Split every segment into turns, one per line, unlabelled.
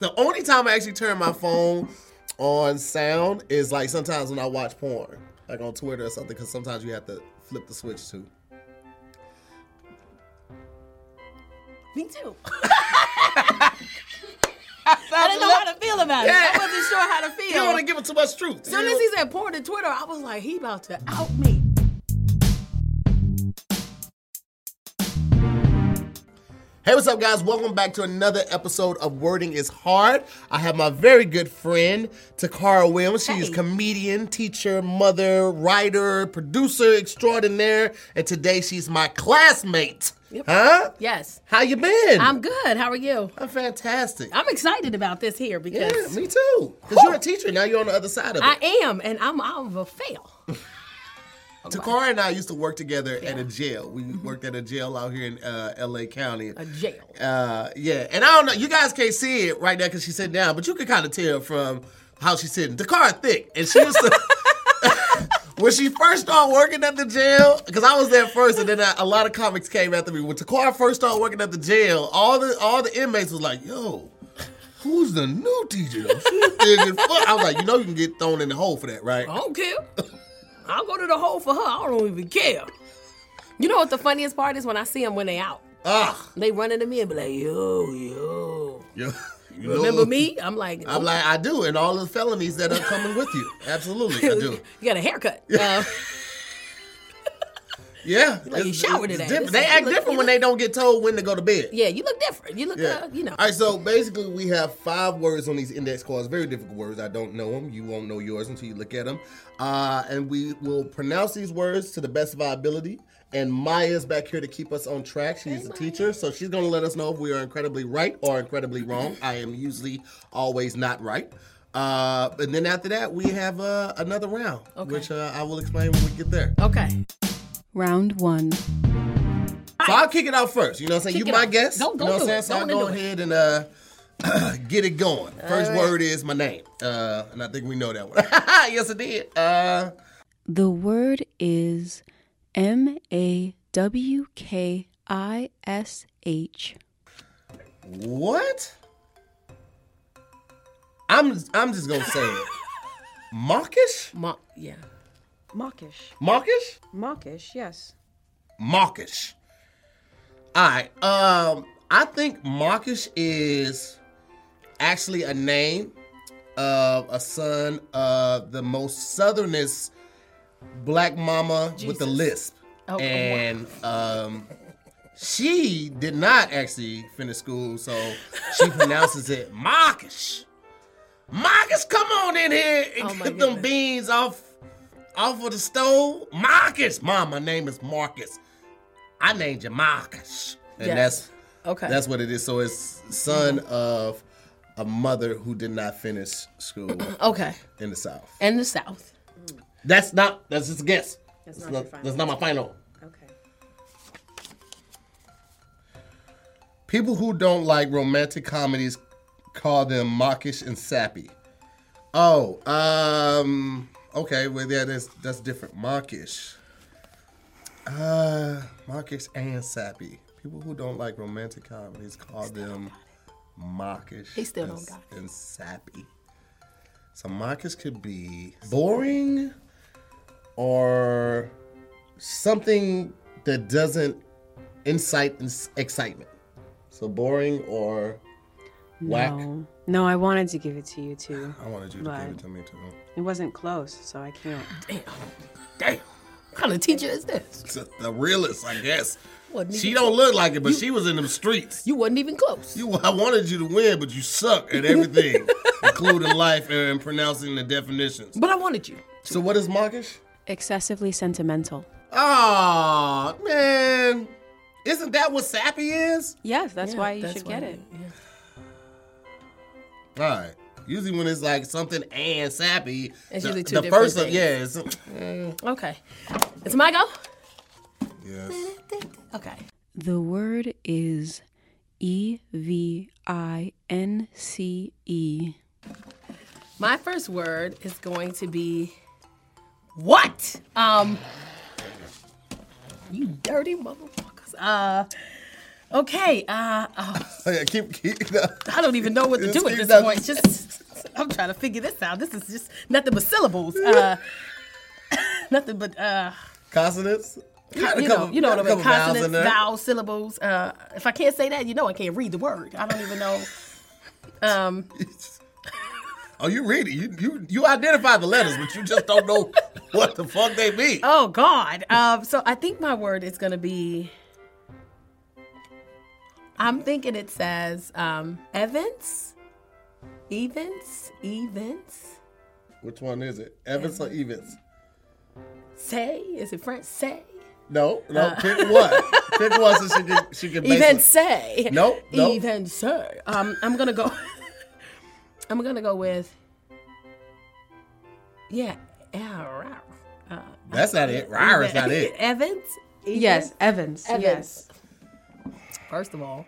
The only time I actually turn my phone on sound is like sometimes when I watch porn, like on Twitter or something, because sometimes you have to flip the switch too.
Me too. I didn't know how to feel about it. I wasn't sure how to feel.
You don't want to give it too much truth.
As soon as he said porn to Twitter, I was like, he about to out me.
Hey, what's up, guys? Welcome back to another episode of Wording is Hard. I have my very good friend, Takara Williams. She is comedian, teacher, mother, writer, producer extraordinaire, and today she's my classmate. Huh?
Yes.
How you been?
I'm good. How are you?
I'm fantastic.
I'm excited about this here because
yeah, me too. Because you're a teacher, now you're on the other side of it.
I am, and I'm out of a fail.
Takara and I used to work together at a jail. We worked at a jail out here in uh, L.A. County.
Mm-hmm. A jail.
Uh, yeah, and I don't know. You guys can't see it right now because she's sitting down, but you can kind of tell from how she's sitting. Takara thick, and she used to. When she first started working at the jail, because I was there first, and then I, a lot of comics came after me. When Takara first started working at the jail, all the all the inmates was like, "Yo, who's the new teacher? She's thick as fuck." I was like, "You know, you can get thrown in the hole for that, right?"
I don't care. I'll go to the hole for her. I don't even care. You know what the funniest part is when I see them when they out.
Ugh.
They run into me and be like, yo, yo.
Ah, Yo, you know-
Remember me? I'm like, oh,
I'm like, I do, and all the felonies that are coming with you. Absolutely, I do.
You got a haircut. Uh,
Yeah.
Like you
it's-
showered
it's
today.
different.
This
They
is-
act
you look-
different
you
when they don't get told when to go to bed.
yeah, you look different. You look, uh, you know.
All right, so basically, we have five words on these index cards. Very difficult words. I don't know them. You won't know yours until you look at them. Uh, and we will pronounce these words to the best of our ability. And Maya's back here to keep us on track. She's a teacher, so she's going to let us know if we are incredibly right or incredibly wrong. I am usually always not right. Uh, and then after that, we have uh, another round, which uh, I will explain when we get there.
Okay.
Round one.
So I'll kick it out first. You know what I'm saying?
Kick
you
it
my
out.
guest.
Go- go
you know what
do
I'm saying?
it.
So I'll
Go
go
and do it.
ahead and uh, get it going. First word is my name. Uh, and I think we know that one. yes, it did. Uh,
The word is M A W K I S H.
what? I'm I'm just gonna say it. Mawkish?
Ma- yeah.
Mawkish.
Mawkish?
Mawkish, yes.
Mawkish. Alright. Um I think Mawkish is actually a name of a son of the most southernest black mama with a lisp.
Oh, come on.
and um she did not actually finish school, so she pronounces it Mawkish. Mawkish, come on in here and
Oh, my
get them
goodness.
beans off off of the stove. Marcus, mom, my name is Marcus. I named you Marcus, and
Yes.
that's
Okay.
that's what it is. So it's son of a mother who did not finish school
okay.
in the South.
And the South.
That's not that's just a guess. That's, not, that's not my final.
Okay.
People who don't like romantic comedies call them mawkish and sappy. Oh, um, okay, well, yeah, that's that's different. Mawkish, uh, mawkish and sappy. People who don't like romantic comedies call them mawkish.
He still
and,
don't got
and sappy. So mawkish could be boring or something that doesn't incite ins- excitement. So boring or whack.
No. No, I wanted to give it to you too.
I wanted you to give it to me too.
It wasn't close, so I can't.
Damn. Damn. What kind of teacher is this?
It's the realest, I guess.
Wasn't
She
even-
don't look like it, but she was in them streets.
You wasn't even close.
You, I wanted you to win, but you suck at everything, including life and, and pronouncing the definitions.
but I wanted you.
So what is mawkish?
Excessively sentimental.
Oh man, isn't that what sappy is?
Yes, that's why you
that's
should
why
get it.
you- yeah.
All right, Usually when it's like something and sappy,
It's
the,
usually two
the
different
first one,
things.
yeah, it's,
Okay. It's my go?
yes.
Okay.
The word is E V I N C E.
My first word is going to be what? Um You dirty motherfuckers. Uh okay, uh oh,
Yeah, keep keep. No.
I don't even know what to do at this point. Just I'm trying to figure this out. This is just nothing but syllables. Uh nothing but uh
Consonants. You, got a
you know,
couple-
you know
got a
what I mean.
couple vowels in
Consonants,
there.
vowels, syllables. Uh, if I can't say that, you know I can't read the word. I don't even know. Um,
Oh, you read it. You you you identify the letters, but you just don't know what the fuck they mean.
oh God. Um, so I think my word is gonna be. I'm thinking it says um, Evans, Evans, Evans.
Which one is it? Evans or Evans?
Say is it French? Say
No, no.
Uh.
pick one. pick one so she can she can. base
even
it.
say.
Nope, nope.
Even sir. Um, I'm gonna go. I'm gonna go with. Yeah. yeah, rah, Uh,
That's not it. Rar is not it.
Evans.
Yes, Evans.
Evans.
Yes.
First of all,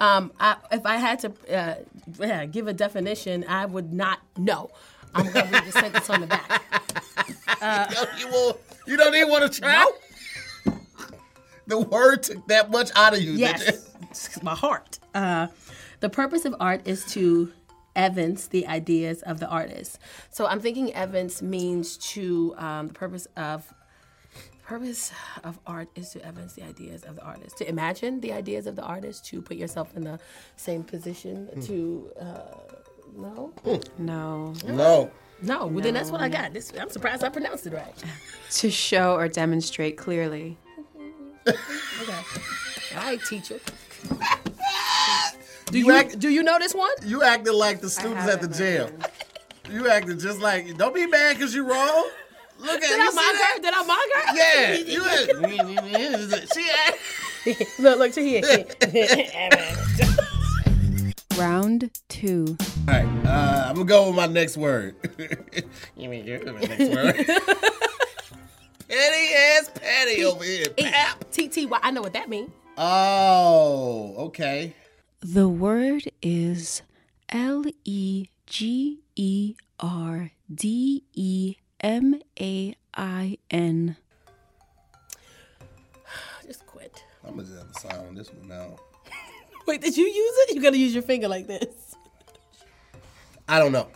um, I, if I had to uh, yeah, give a definition, I would not know. I'm gonna read the sentence on the back.
No, you will. You don't even want to try. The word took that much out of you.
Yes, my heart. Uh, the purpose of art is to evince the ideas of the artist. So I'm thinking evince means to um, the purpose of the purpose of art is to evince the ideas of the artist, to imagine the ideas of the artist, to put yourself in the same position to. Uh, no,
No.
No.
no. Well, then that's what I got. This, I'm surprised I pronounced it right.
To show or demonstrate clearly.
Okay. All right, teacher. Do
You
you
act-
do you know this one?
You acted like the students at the jail. You acted just like. Don't be mad because you wrong. Look at
Did
you.
I
see
mug
that?
her? Did I mug her?
Yeah. You act. she act.
Look, look to here.
Round two.
All right, uh, I'm gonna go with my next word. you mean you're my next word? Petty ass Patty over here. Pap.
T T Y. I know what that means.
Oh, okay.
The word is L E G E R D E M A I N.
Just quit.
I'm gonna just have a sign on this one now.
Wait, did you use it? You gotta use your finger like this.
I don't know.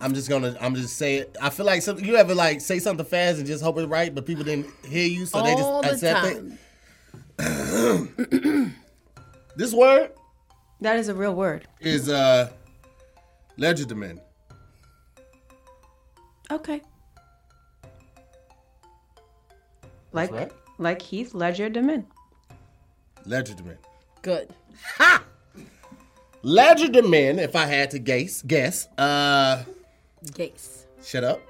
I'm just gonna. I'm just say it. I feel like some, you ever like say something fast and just hope it's right, but people didn't hear you, so they
All
just
the
accept
time.
it. This word
That is a real word.
is uh, legerdemain.
Okay. Like
right.
like Heath Ledger Demin.
Legerdemain.
Good.
Legerdemain. If I had to guess, guess. Uh.
Gates.
Shut up.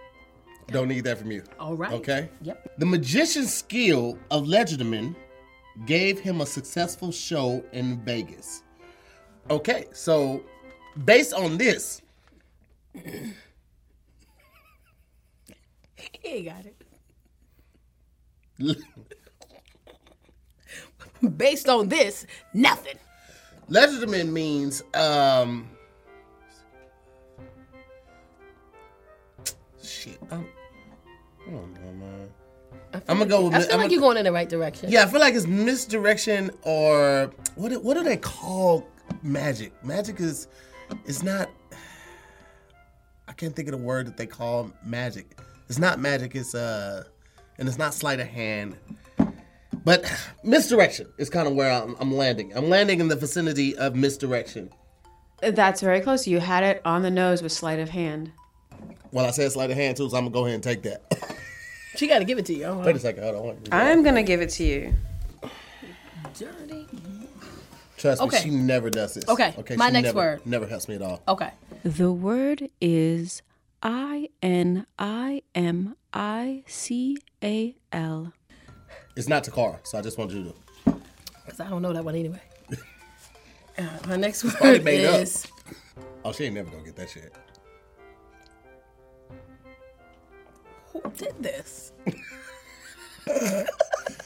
Don't need that from you.
All right.
Okay.
Yep.
The magician's skill of Legidaman gave him a successful show in Vegas. Okay, so based on this,
He got it.
Legidaman
Based on this, nothing.
means um shit. I'm, I don't know, man. I'm gonna go with.
I feel
I'm
like
gonna-
you're going in the right direction.
Yeah, I feel like it's misdirection or what? do- What do they call magic? Magic is, it's not. I can't think of the word that they call magic. It's not magic. It's uh, and it's not sleight of hand. But misdirection is kind of where I'm, I'm landing. I'm landing in the vicinity of misdirection.
That's very close. You had it on the nose with sleight of hand.
Well, I said sleight of hand too, so I'm gonna go ahead and take that.
She gotta give it to you. Oh,
Wait a second, hold on.
I'm gonna give it to you.
dirty.
Trust
Okay.
me, she never does this.
Okay, my
she
next
never-
word.
never helps me at all.
Okay.
The word is I N I M I C A L.
It's not Takara, so I just want you to.
Because I don't know that one anyway. Uh, my next
probably
word
made up.
is
Oh, she ain't never gonna get that shit.
who did this?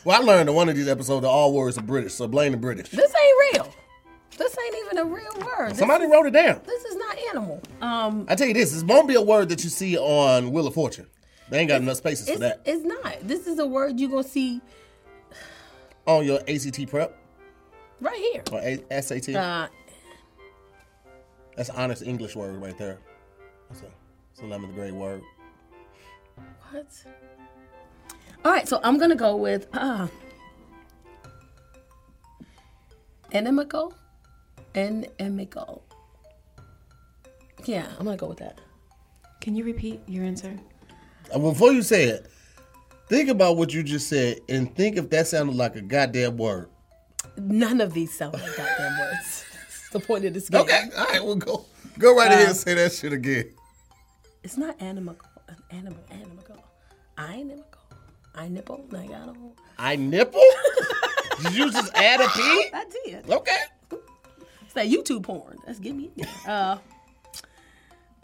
Well, I learned in one of these episodes that all words are British, so blame the British.
This ain't real. This ain't even a real word. This,
Somebody wrote it down.
this is not animal. Um,
I tell you this, this won't be a word that you see on Wheel of Fortune. They ain't got enough spaces for
it's,
that.
it's not. This is a word you're gonna see
on your ACT prep
right here.
or a- SAT.
Uh,
That's honest English word right there. That's a, it's an 11th grade word.
what? All right, so I'm gonna go with uh, inimical, inimical. Yeah, I'm gonna go with that.
Can you repeat your answer?
Uh, Before you say it, think about what you just said and think if that sounded like a goddamn word.
None of these sound like goddamn words. That's the point of this game.
all right, we'll go go right ahead and say that shit again.
It's not animical. An animal. Animical. I nimical. I nipple. Like, I don't.
I nipple? Did you just add a P?
I did.
Okay.
It's that YouTube porn. That's give me. Uh,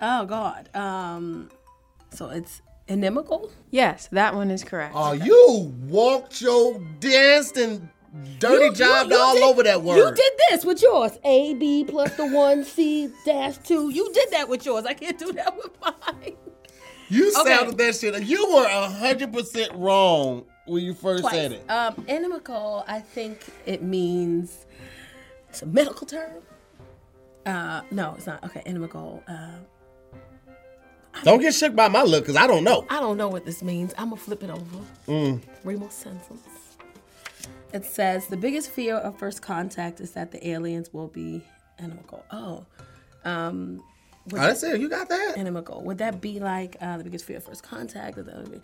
oh God. Um, so it's inimical.
Yes, that one is correct.
Oh, you walked your danced and dirty
You- you-
jobbed
you
all
did-
over that word.
You did this with yours. A B plus the one C dash two. You did that with yours. I can't do that with mine.
You
Okay.
sounded that shit. You were hundred percent wrong when you first said it.
Um, inimical, I think it means it's a medical term. Uh, no, it's not. Okay, inimical. Uh, Uh-huh.
Don't get shook by my look, cause I don't know.
I don't know what this means. I'm gonna flip it over. Read more sentences. It says the biggest fear of first contact is that the aliens will be inimical. Oh, um,
I didn't say it. you got Oh, that.
inimical. Would that be like uh, the biggest fear of first contact? Would that be,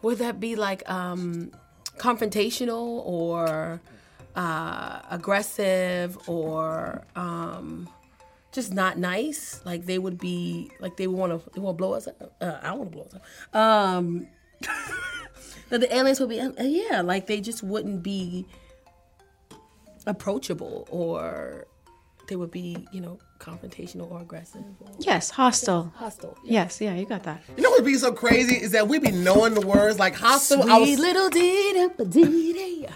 would that be like um, confrontational or uh, aggressive or um, just not nice? Like they would be like they want to they want to blow us up. Uh, I want to blow us up. Um, that the aliens would be uh, yeah, like they just wouldn't be approachable or they would be you know confrontational or aggressive or
yes, hostile.
hostile.
Yes, yeah, you got that.
You know what be so crazy is that we be knowing the words like hostile. I was-
Sweet little dee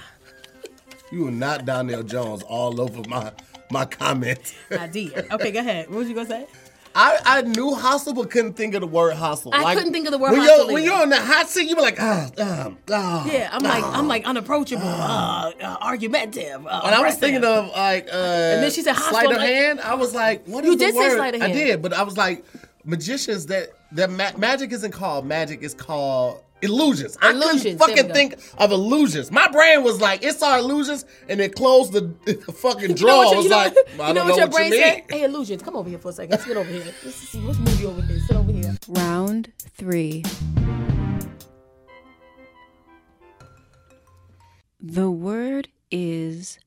you were not Donnell Jones all over my my comment.
Idea. Okay, go ahead. What was you gonna say?
I, I knew hostile but couldn't think of the word hostile.
I couldn't think of the word
when
hostile
You're, when
either.
you're on the hot seat, you be like ah ah ah.
Yeah, I'm like I'm like unapproachable, uh, uh, argumentative.
And
Uh,
I was
aggressive.
thinking of like uh and
then she said hostile,
sleight of
like-
hand. I was like, what is
You
the
did say
word?
sleight of
I
hand.
did, but I was like, magicians that that ma- magic isn't called magic, it's called illusions.
Illusions,
I
there we
couldn't fucking
go.
think of illusions. My brain was like, it's our illusions, and it closed the, the fucking
You know
drawer.
what
I
your-
was
you know-
like,
you
I
know
don't
what
know
your
what
brain
you mean.
said? Hey, illusions, come over here for a second. Let's get over here. Let's see. Let's move you over here. Sit over here.
Round three. The word is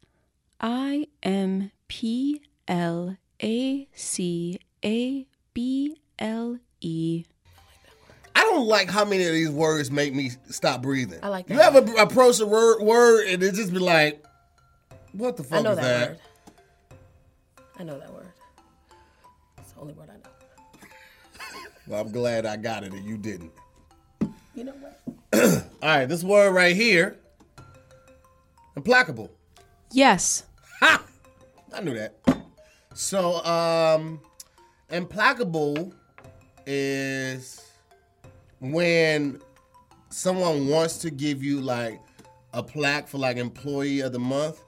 I M P L A C A B L E.
I don't like how many of these words make me stop breathing. I
like
You
that.
ever approach a word, word and it just be like, what the fuck
I know
is
that,
that?
word. I know that word. It's the only word I know.
Well, I'm glad I got it and you didn't.
You know what?
All right, this word right here, implacable.
Yes.
Ha! I knew that. So, um, implacable is when someone wants to give you like a plaque for like employee of the month,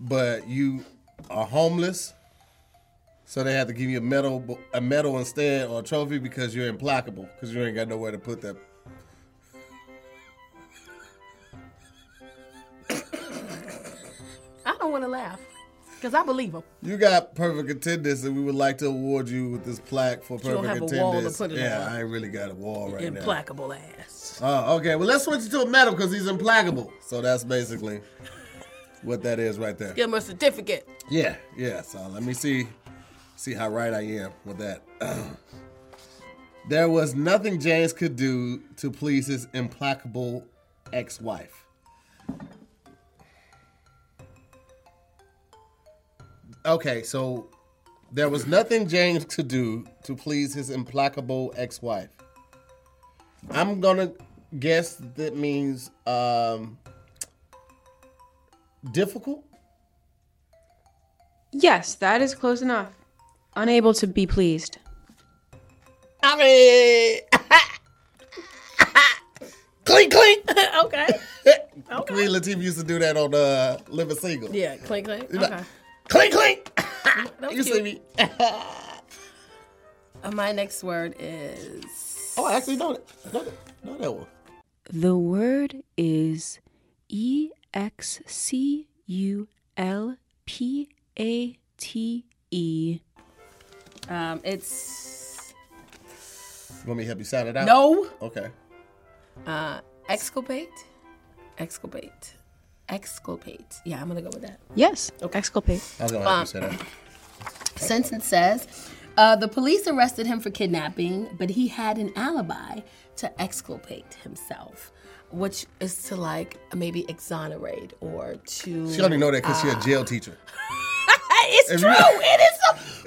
but you are homeless. So they have to give you a medal, a medal instead, or a trophy because you're implacable, because you ain't got nowhere to put that
I don't want to laugh because I believe him.
You got perfect attendance, and we would like to award you with this plaque for perfect
you don't have
attendance.
a wall to put it
yeah,
on.
I ain't really got a wall right
Implacable ass.
now. Oh, okay. Well, let's switch it to a medal because he's implacable. So that's basically what that is right there.
Give him a certificate.
Yeah, yeah. So let me see, see how right I am with that. there was nothing James could do to please his implacable ex-wife. Okay, so there was nothing James could do to please his implacable ex-wife. I'm gonna guess that means um, difficult.
Yes, that is close enough. Unable to be pleased.
I mean, clink clink.
okay. Okay.
Queen Latifah used to do that on uh, Living Single.
Yeah, clink clink.
She's like,
Okay.
Clink clink.
That
you
was
see
cute.
me?
Uh, My next word is
Oh, I actually know that. Know that, know that one.
The word is E X C U L P A T E.
um it's
You want me to help you sound it out?
no
Okay.
uh exculpate. Exculpate. Exculpate. Yeah, I'm gonna go with that.
Yes. Exculpate.
I was gonna help you say that.
Sentence says uh, the police arrested him for kidnapping, but he had an alibi to exculpate himself, which is to like maybe exonerate or to.
She only know that because
Ah.
she's a jail teacher.
it's
If
true.
you-
it is.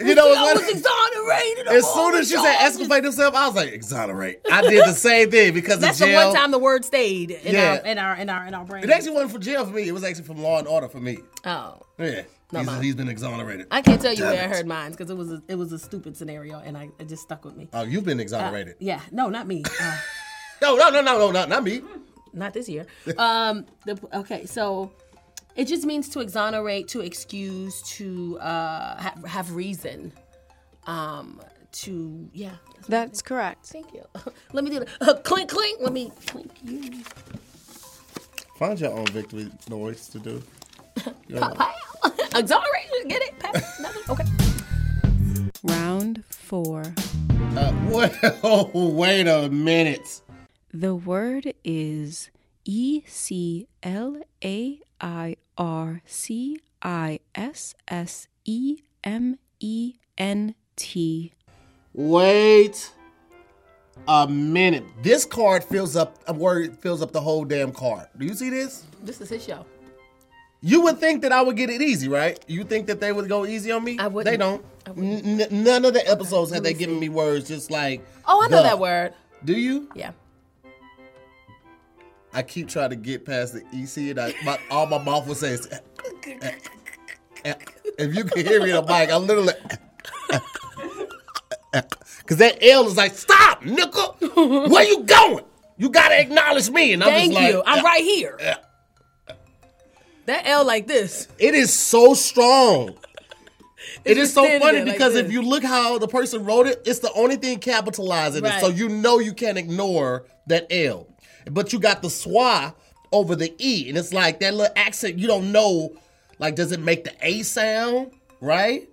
A,
You know
I
what's
was
funny?
exonerated. Oh,
As soon as she said
exculpate,
exculpate herself, I was like, exonerate. I did the same thing because
that's
of
the
jail.
one time the word stayed in
Yeah.
our in our in our in our brain.
It actually wasn't from jail for me. It was actually from Law and Order for me.
oh.
Yeah. He's,
mine.
he's been exonerated.
I can't tell you
Damn
where I
it.
heard mine because it was a, it was a stupid scenario and I it just stuck with me.
Oh, you've been
Uh,
exonerated.
Yeah, no, not me. Uh,
No, no, no, no, no, not, not me.
not this year. Um, the, okay, so it just means to exonerate, to excuse, to uh, have, have reason. Um, to yeah.
That's correct.
Thank you. Let me do the uh, clink clink. Let me clink you.
Find your own victory noise to do.
Pow, pow. Exoneration. Get it? Pow. Nothing? Okay.
Round four.
Uh, what? Oh, wait a minute.
The word is E C L A I R C I S S E M E N T.
Wait a minute. This card fills up a word fills up the whole damn card. Do you see this?
This is his show.
You would think that I would get it easy, right? You think that they would go easy on me?
I wouldn't.
They don't. N- n- none of the episodes have they given me words just like.
Oh, I know
the.
that word.
Do you?
Yeah.
I keep trying to get past the EC, and I, my, all my mouth was saying, is, if you can hear me on the mic, I'm literally. Because that L is like, stop, nickel. Where you going? You got to acknowledge me. And I'm
Thank
just like,
you. I'm right here. That L like this.
It is so strong. It is so
standing
funny
there like
because if
this.
you look how the person wrote it, it's the only thing capitalized in it.
Right.
So you know you can't ignore that L. But you got the schwa over the E. And it's like that little accent, you don't know, like, does it make the A sound? Right?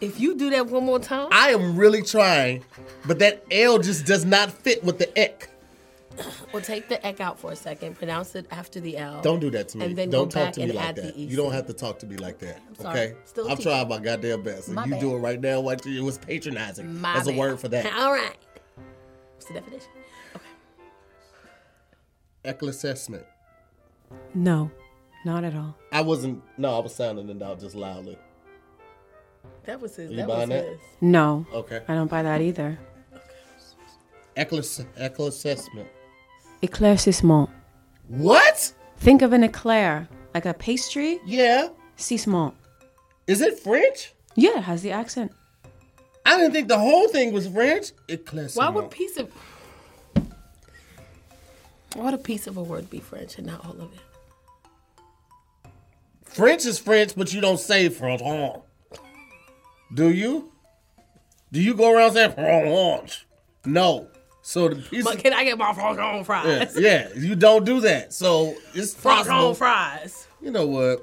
If you do that one more time,
I am really trying, but that L just does not fit with the E. ek.
Well, take the ek out for a second. Pronounce it after the L.
Don't do that to me.
And then
don't
go
talk
back
to me
and
like
add the
that.
E
you don't have to talk to me like that.
sorry.
Okay.
Still a
I'm
teacher.
trying my goddamn best. And
My
you
bad.
do it right now. What you it was patronizing.
My
That's a
bad.
word for that.
All right. What's the definition?
Ecclesessment.
No, not at all.
I wasn't. No, I was sounding it out just loudly.
That was his.
You
that was
buying that?
his.
No.
Okay.
I don't buy that either.
Eccles- ecclesessment.
Éclaircissement.
What?
Think of an eclair, like a pastry.
Yeah.
Cissement.
Is it French?
Yeah, it has the accent.
I didn't think the whole thing was French. Ecclesessment.
Why would piece of why would a piece of a word be French and not all of it?
French is French, but you don't say French. huh? Do you? Do you go around saying French? No. So the piece
But
of,
can I get my frog
yeah,
fries?
yeah, you don't do that. So it's
Frog
possible.
fries.
You know what?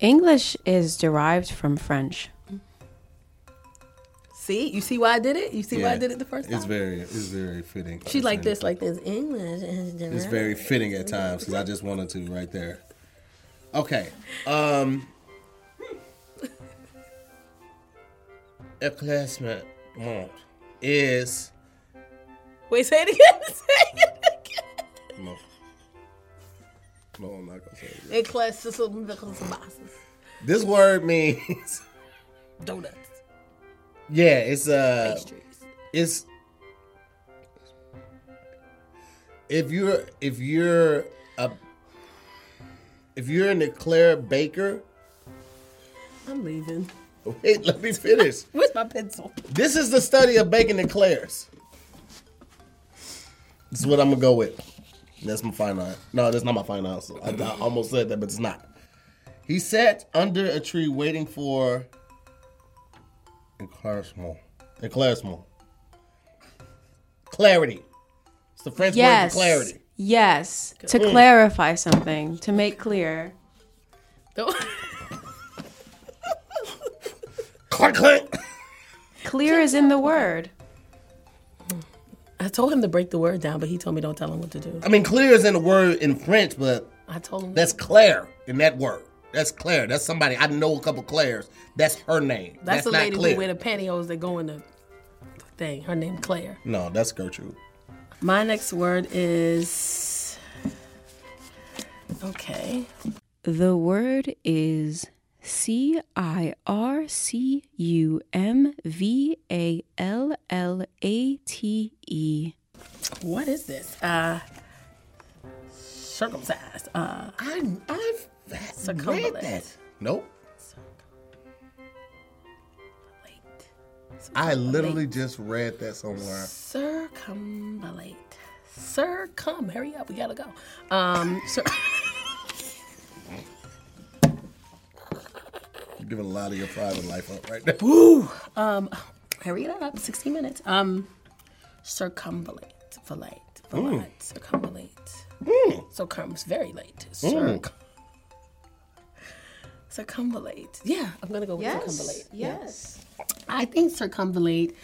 English is derived from French.
See, you see why I did it. You see why I did it the first time.
It's very, it's very fitting.
she like this, like this. English
It's
is different.
very fitting at times because I just wanted to right there. Okay. Um. Ecclesment is.
Wait, say it again. Say it again.
No. No, I'm not gonna say it.
Eclecticism,
This word means.
donuts,
Yeah, it's uh,
Oh. pastries.
it's if you're if you're a if you're an eclair baker,
I'm leaving.
wait, let me finish.
Where's my pencil?
This is the study of baking eclairs. This is what I'm gonna go with. That's my final. No, that's not my final answer. I, I almost said that, but it's not. He sat under a tree waiting for eclaircement. Eclaircement. Clarity. It's the French
Yes.
word for clarity. Mm.
Yes. To clarify something, to make clear.
Clunk, clunk.
Clear is in the word.
I told him to break the word down, but he told me don't tell him what to do.
I mean, clear is in a word in French, but
I told him
that's Claire in that word. That's Claire. That's somebody. I know a couple Claires. That's her name.
that's, the
not
lady
Claire.
who wear the pantyhose that go in the thing. Her name Claire.
No, that's Gertrude.
My next word is okay.
The word is C I R C U M V A L L A T E.
What is this? Uh, circumcised. Uh,
I, I've that read
Circumambulate.
that. Nope.
wait.
I literally just read that somewhere.
Circumambulate. Sir, come, hurry up, we gotta go. Um, sir,
You're giving a lot of your private life up right now.
Um, hurry it up, 16 minutes. Um, circumambulate, velate, velate, circumambulate. So comes very late. Circ- Circumambulate. Yeah, I'm gonna go with circumambulate.
Yes.
I think circumambulate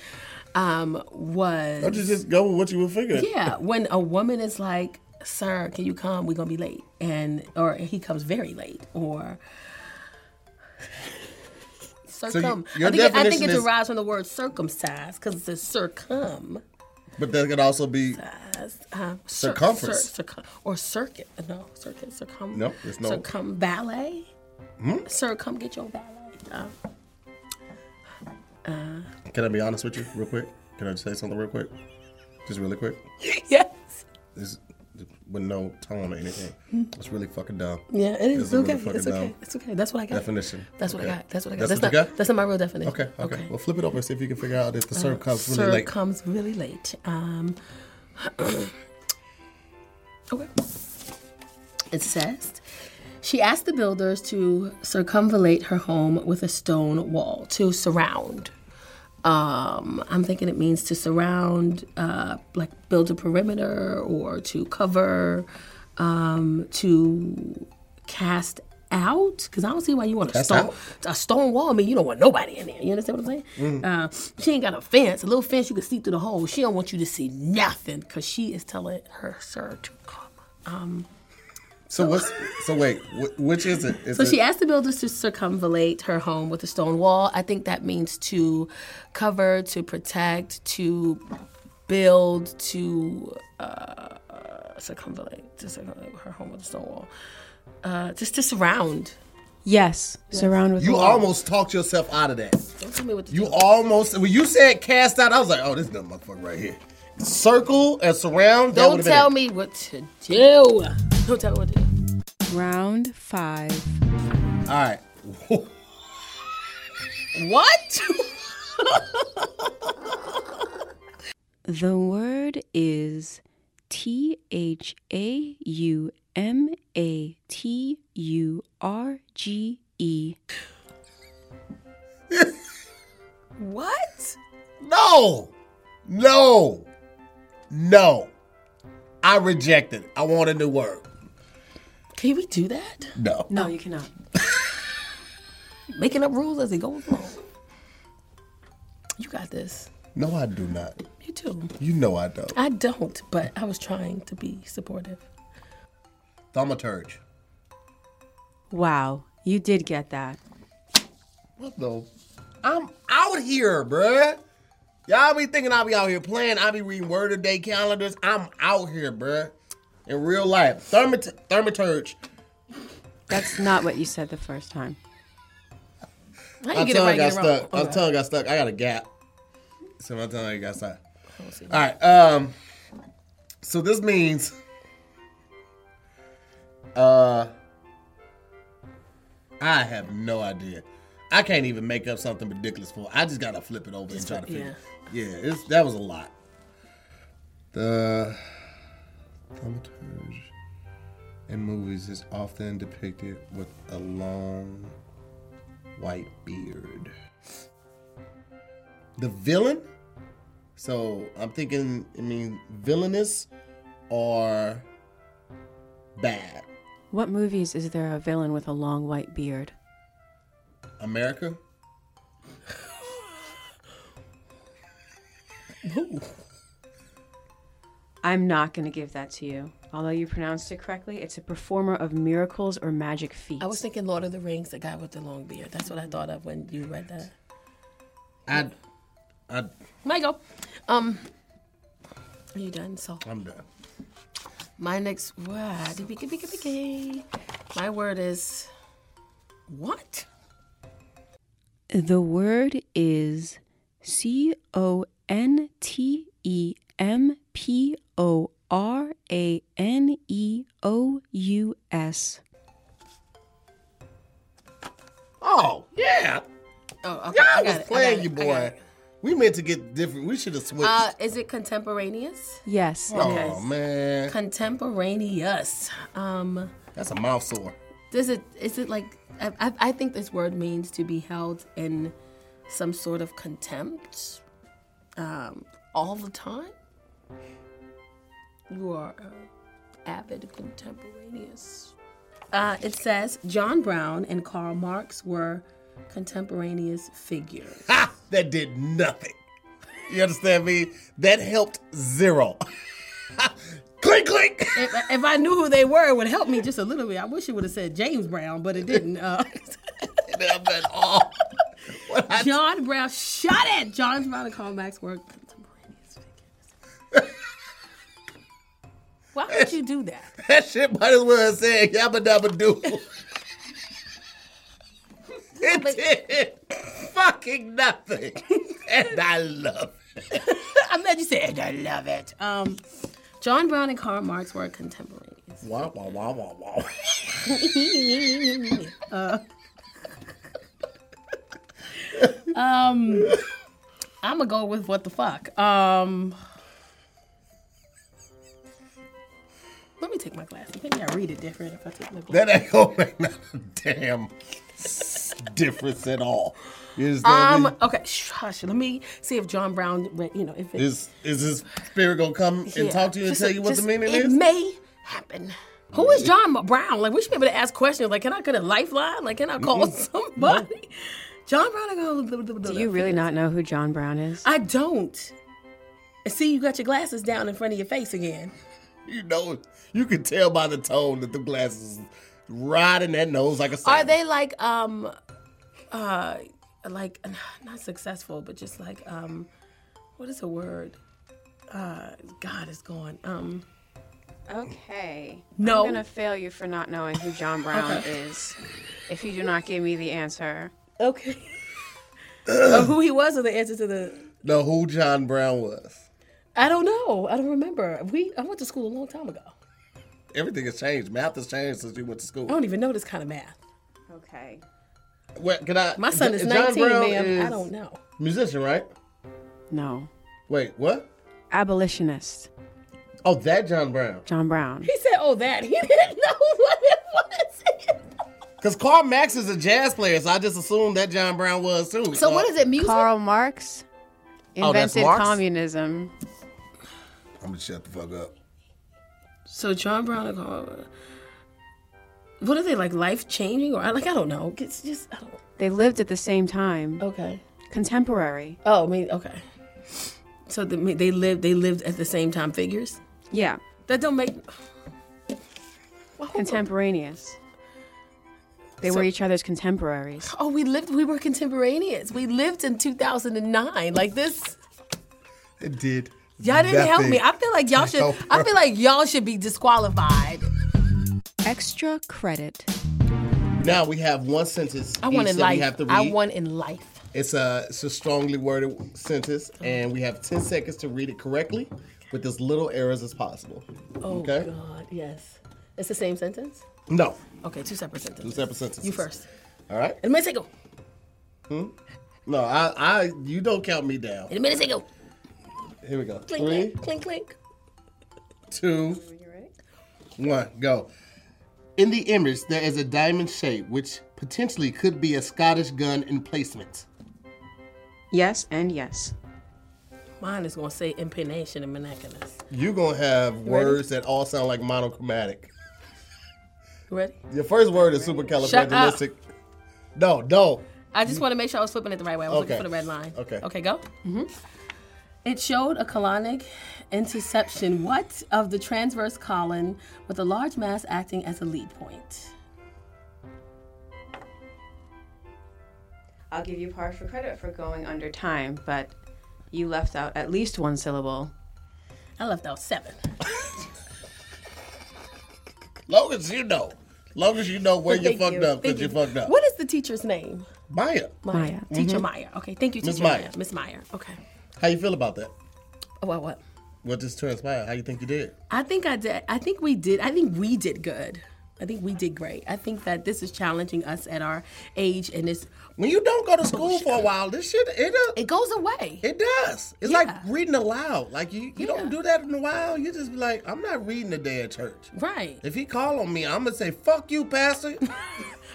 um, was.
Don't you just go with what you were figuring?
Yeah, when a woman is like, "Sir, can you come? We're gonna be late," and or he comes very late, or circum.
your
I think, it, I think
definition
it
is-
derives from the word circumcised because it's a circum,
But that could also be
um, cir-
Circumference.
cir- circum- or circuit. uh, No, circuit, circum.
No, there's no- Hmm?
circum ballet. Sir, come get your ballet. Uh,
Can I be honest with you, real quick? Can I just say something real quick? Just really quick.
yes.
This with no tone or anything.
Hmm.
It's really fucking dumb.
Yeah, it is
It's a
okay.
motherfucking
It's okay.
dumb
It's okay. That's what I got.
Definition.
That's what
Okay.
I got. That's what I got.
That's
That's,
what you
not.
got?
That's Uh, not my real definition.
Okay, okay. Well, flip it over and see if you can figure out if the serve comes really
Sir
late.
comes really late. Um, okay. It says, she asked the builders to circumvallate her home with a stone wall to surround. Um, I'm thinking it means to surround, uh, like build a perimeter or to cover, um, to cast out. Because I don't see why you want a
Cast
stone
out?
a stone wall. I mean, you don't want nobody in there. You understand what I'm
Mm.
saying? Uh, she ain't got a fence, a little fence you can see through the hole. She don't want you to see nothing because she is telling her sir to come.
so what's? So wait, wh- which is it? Is
So
it
she asked the builders to circumvallate her home with a stone wall. I think that means to cover, to protect, to build, to uh, circumvallate, to circumvallate her home with a stone wall. Uh, just to surround.
Yes. Surround with
you
the word.
almost talked yourself out of that.
Don't tell me what to
You
do.
almost when you said cast out, I was like, oh, this dumb motherfucker right here. Circle and surround. that
Don't
would've been
tell
it.
me what to do. Don't tell me what to do.
Round five.
All right.
What?
The word is T H A U M A T U R G E.
what?
No, no, no. I rejected. it. I want a new word.
Can we do that?
No.
No, you cannot.
Making up rules as it goes along. You got this.
No, I do not.
You too.
You know I don't.
I don't, but I was trying to be supportive.
Thaumaturge.
Wow. You did get that.
What the? I'm out here, bruh. Y'all be thinking I be out here playing. I be reading word of day calendars. I'm out here, bruh. In real life. Thermit- Thermaturge.
That's not what you said the first time.
How
My
you get it
tongue
right,
got
get it wrong?
stuck. My tongue got stuck. I got a gap. So my tongue got stuck.
see.
All right. Um. So this means uh I have no idea. I can't even make up something ridiculous for. I just gotta flip it over and try to figure. Yeah, yeah it's, that was a lot. The thaumaturge in movies is often depicted with a long white beard. The villain? So I'm thinking, I mean, villainous or bad.
What movies is there a villain with a long white beard?
America?
I'm not going to give that to you. Although you pronounced it correctly, it's a performer of miracles or magic feats.
I was thinking Lord of the Rings, the guy with the long beard. That's what I thought of when you read that.
I, I,
Michael, um, are you done? So
I'm done.
my next word, my word is what?
The word is C O N T E M P O R A N E O U S.
Oh, yeah.
Oh, okay.
Yeah, I,
got
was
it, got
playing
it,
you,
I got
boy.
it.
We meant to get different. We should have switched.
Uh, is it contemporaneous?
Yes.
oh, man.
Contemporaneous. Um,
That's a mouth sore.
does it? Is it like? I, I, I think this word means to be held in some sort of contempt um, all the time. You are an avid contemporaneous. Uh, it says John Brown and Karl Marx were contemporaneous figures.
Ha! That did nothing. You understand me? That helped zero. clink, clink.
if, if I knew who they were, it would help me just a little bit. I wish it would have said James Brown, but it didn't. Uh,
I'm Oh. at all. What I
John Brown, shut it! John Brown and Karl Marx were contemporaneous figures. Why would you do that?
That shit might as well have said yabba dabba doo. it did fucking nothing. and I love it.
I'm glad you said it. I love it. Um, John Brown and Karl Marx were contemporaneous.
Wah, wah, wah, wah, wah.
Uh, I'm gonna um, go with what the fuck. Um, let me take my glasses. Maybe I read it different if I take my glasses.
That ain't gonna make not a damn s- difference at all. You understand
Um.
me?
Okay. Shh, hush. Let me see if John Brown. re- You know, if it,
Is, is his spirit gonna come and
yeah.
talk to you and
Just-
tell you what the
just-
meaning
It
is?
may happen. Who is John M- Brown? Like we should be able to ask questions. Like, can I get a lifeline? Like, can I call somebody? John Brown.
Do you really not know who John Brown is?
I don't. See, you got your glasses down in front of your face again.
you know, you can tell by the tone that the glasses riding that nose like a
Are
saddle.
they like um, uh, like not successful, but just like um, what is the word? Uh, God is gone. Um,
Okay.
No.
I'm going to fail you for not knowing who John Brown is if you do not give me the answer.
Okay. Or who he was or the answer to the
No, who John Brown was.
I don't know. I don't remember. We I went to school a long time ago.
Everything has changed. Math has changed since you went to school.
I don't even know this kind of math.
Okay.
Wait, can I?
My son is
John
19,
Brown
ma'am.
is
I don't know.
Musician, right?
No.
Wait, what?
Abolitionist.
Oh, that John Brown.
John Brown.
He said, "Oh, that." He didn't know what it was.
Because Carl Max is a jazz player, so I just assumed that John Brown was too.
so what is it? Music?
Karl Marx
Oh, that's
invented
Marx?
communism.
I'm gonna shut the fuck up.
So John Brown and Carl. What are they like? Life changing or like I don't know. It's just I don't.
They lived at the same time.
Okay.
Contemporary.
Oh, I mean, okay. So the, they lived. They lived at the same time. Figures
Yeah.
that don't make. Well, hold on.
Contemporaneous. They were each other's contemporaries.
Oh, we lived. We were contemporaneous. We lived in 2009. Like this,
It did.
y'all didn't help me. I feel like y'all should. I feel like y'all should be disqualified.
Extra credit.
Now we have one sentence.
I want
each
in
that we
life.
have to read.
I want in life. Oh.
It's a it's a strongly worded sentence, and we have ten seconds to read it correctly. with as little errors as possible.
Oh
okay?
God, yes. It's the same sentence.
No.
Okay, two separate sentences.
Two separate sentences.
You first.
All right.
In a minute ago.
No, I, I, you don't count me down.
In a minute ago.
Here we go.
Clink,
Three,
clink, clink, clink.
two, one, go. In the image, there is a diamond shape, which potentially could be a Scottish gun emplacement.
Yes and yes.
Mine is gonna say impenation and monogamous.
You're gonna have words that all sound like monochromatic.
You ready?
Your first word is
Shut
supercalifragilistic. No, no.
I just want to make sure I was flipping it the right way. I was
Mm. Okay.
looking for the red line.
Okay.
Okay, go. Mm-hmm. It showed a colonic interception, what, of the transverse colon with a large mass acting as a lead point.
I'll give you partial credit for going under time, but you left out at least one syllable.
I left out seven.
Long as you know. Long as you know where you
Thank
fucked up,
Thank
because you fucked up.
What is the teacher's name?
Maya,
Maya. Teacher Maya. Okay, thank you,
Miss
Teacher
Maya.
Maya. Miss Maya. Okay.
how you feel about that?
Oh, what, what?
What just transpired? How you think you did?
I think I did. I think we did. I think we did good. I think we did great. I think that this is challenging us at our age, and it's
When you don't go
Oh,
to school for a while, this shit it uh,
it goes away.
it does. It's like reading aloud. Like you, you don't do that in a while. You just be like, I'm not reading today at church.
right.
If he call on me, I'm gonna say, "Fuck you, pastor."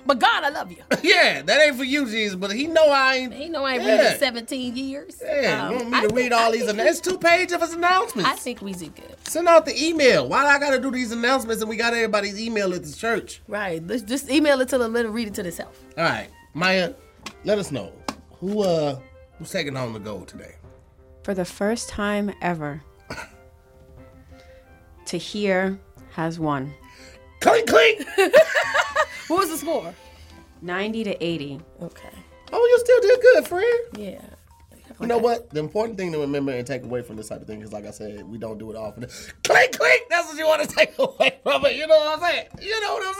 But God, I love you.
yeah, that ain't for you, Jesus. But he know I ain't.
You know, I ain't
Yeah.
read in 17 years.
Yeah,
Um,
you want me
I
to
think-
read all
I
these?
think
And
we-
that's two pages of his announcements.
I think we did good.
Send out the email. Why do I gotta do these announcements? And we got everybody's email at the church.
Right. Let's just email it to the little, read it to themselves.
All right, Maya, let us know who uh who's taking home the gold today.
For the first time ever, Tahir has won
Clink clink.
What was the score?
90 to 80.
Okay.
oh, you still did good, friend.
Yeah.
You know what? The important thing to remember and take away from this type of thing is, like I said, we don't do it often. Clink, clink. That's what you want to take away from it. You know what I'm saying? You know what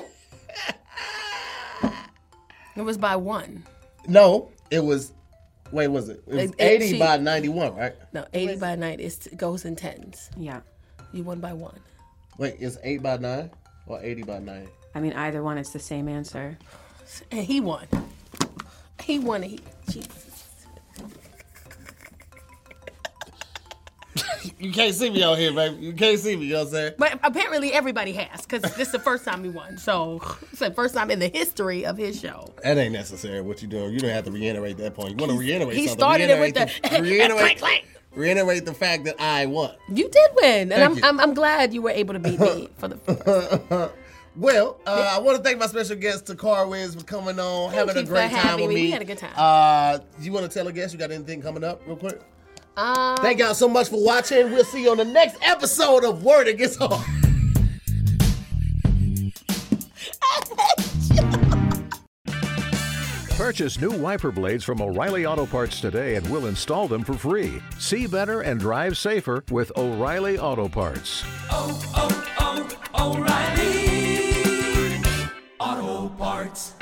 I'm saying?
It was by one.
No, it was. Wait, was it? It was
It- it-
80
she-
by 91, right?
No, 80 by 90. It's, it goes in tens.
Yeah.
You won by one.
Wait, it's 8 by 9 or 80 by 9?
I mean, either one, it's the same answer.
And he won. He won. And he, Jesus.
You can't see me out here, baby. You can't see me. You know what I'm saying?
But apparently everybody has because this is the first time he won. So it's the first time in the history of his show.
That ain't necessary. What you doing? You don't have to reiterate that point. You want to reiterate?
he
something.
started it with
Reiterate
the
reiterate,
clink, clink.
reiterate the fact that I won.
You did win. And I'm,
you.
I'm, I'm glad you were able to beat me for the
Well, uh, I want to thank my special guest, Takara Wins, for coming on, having
you
a
for
great time
having
with
me.
me.
We had a good time.
Uh, you want to tell a guest you got anything coming up, real quick?
Um,
Thank y'all so much for watching. We'll see you on the next episode of Word It Gets Hard.
Purchase new wiper blades from O'Reilly Auto Parts today and we'll install them for free. See better and drive safer with O'Reilly Auto Parts.
oh, oh, O'Reilly. oh, Auto Parts.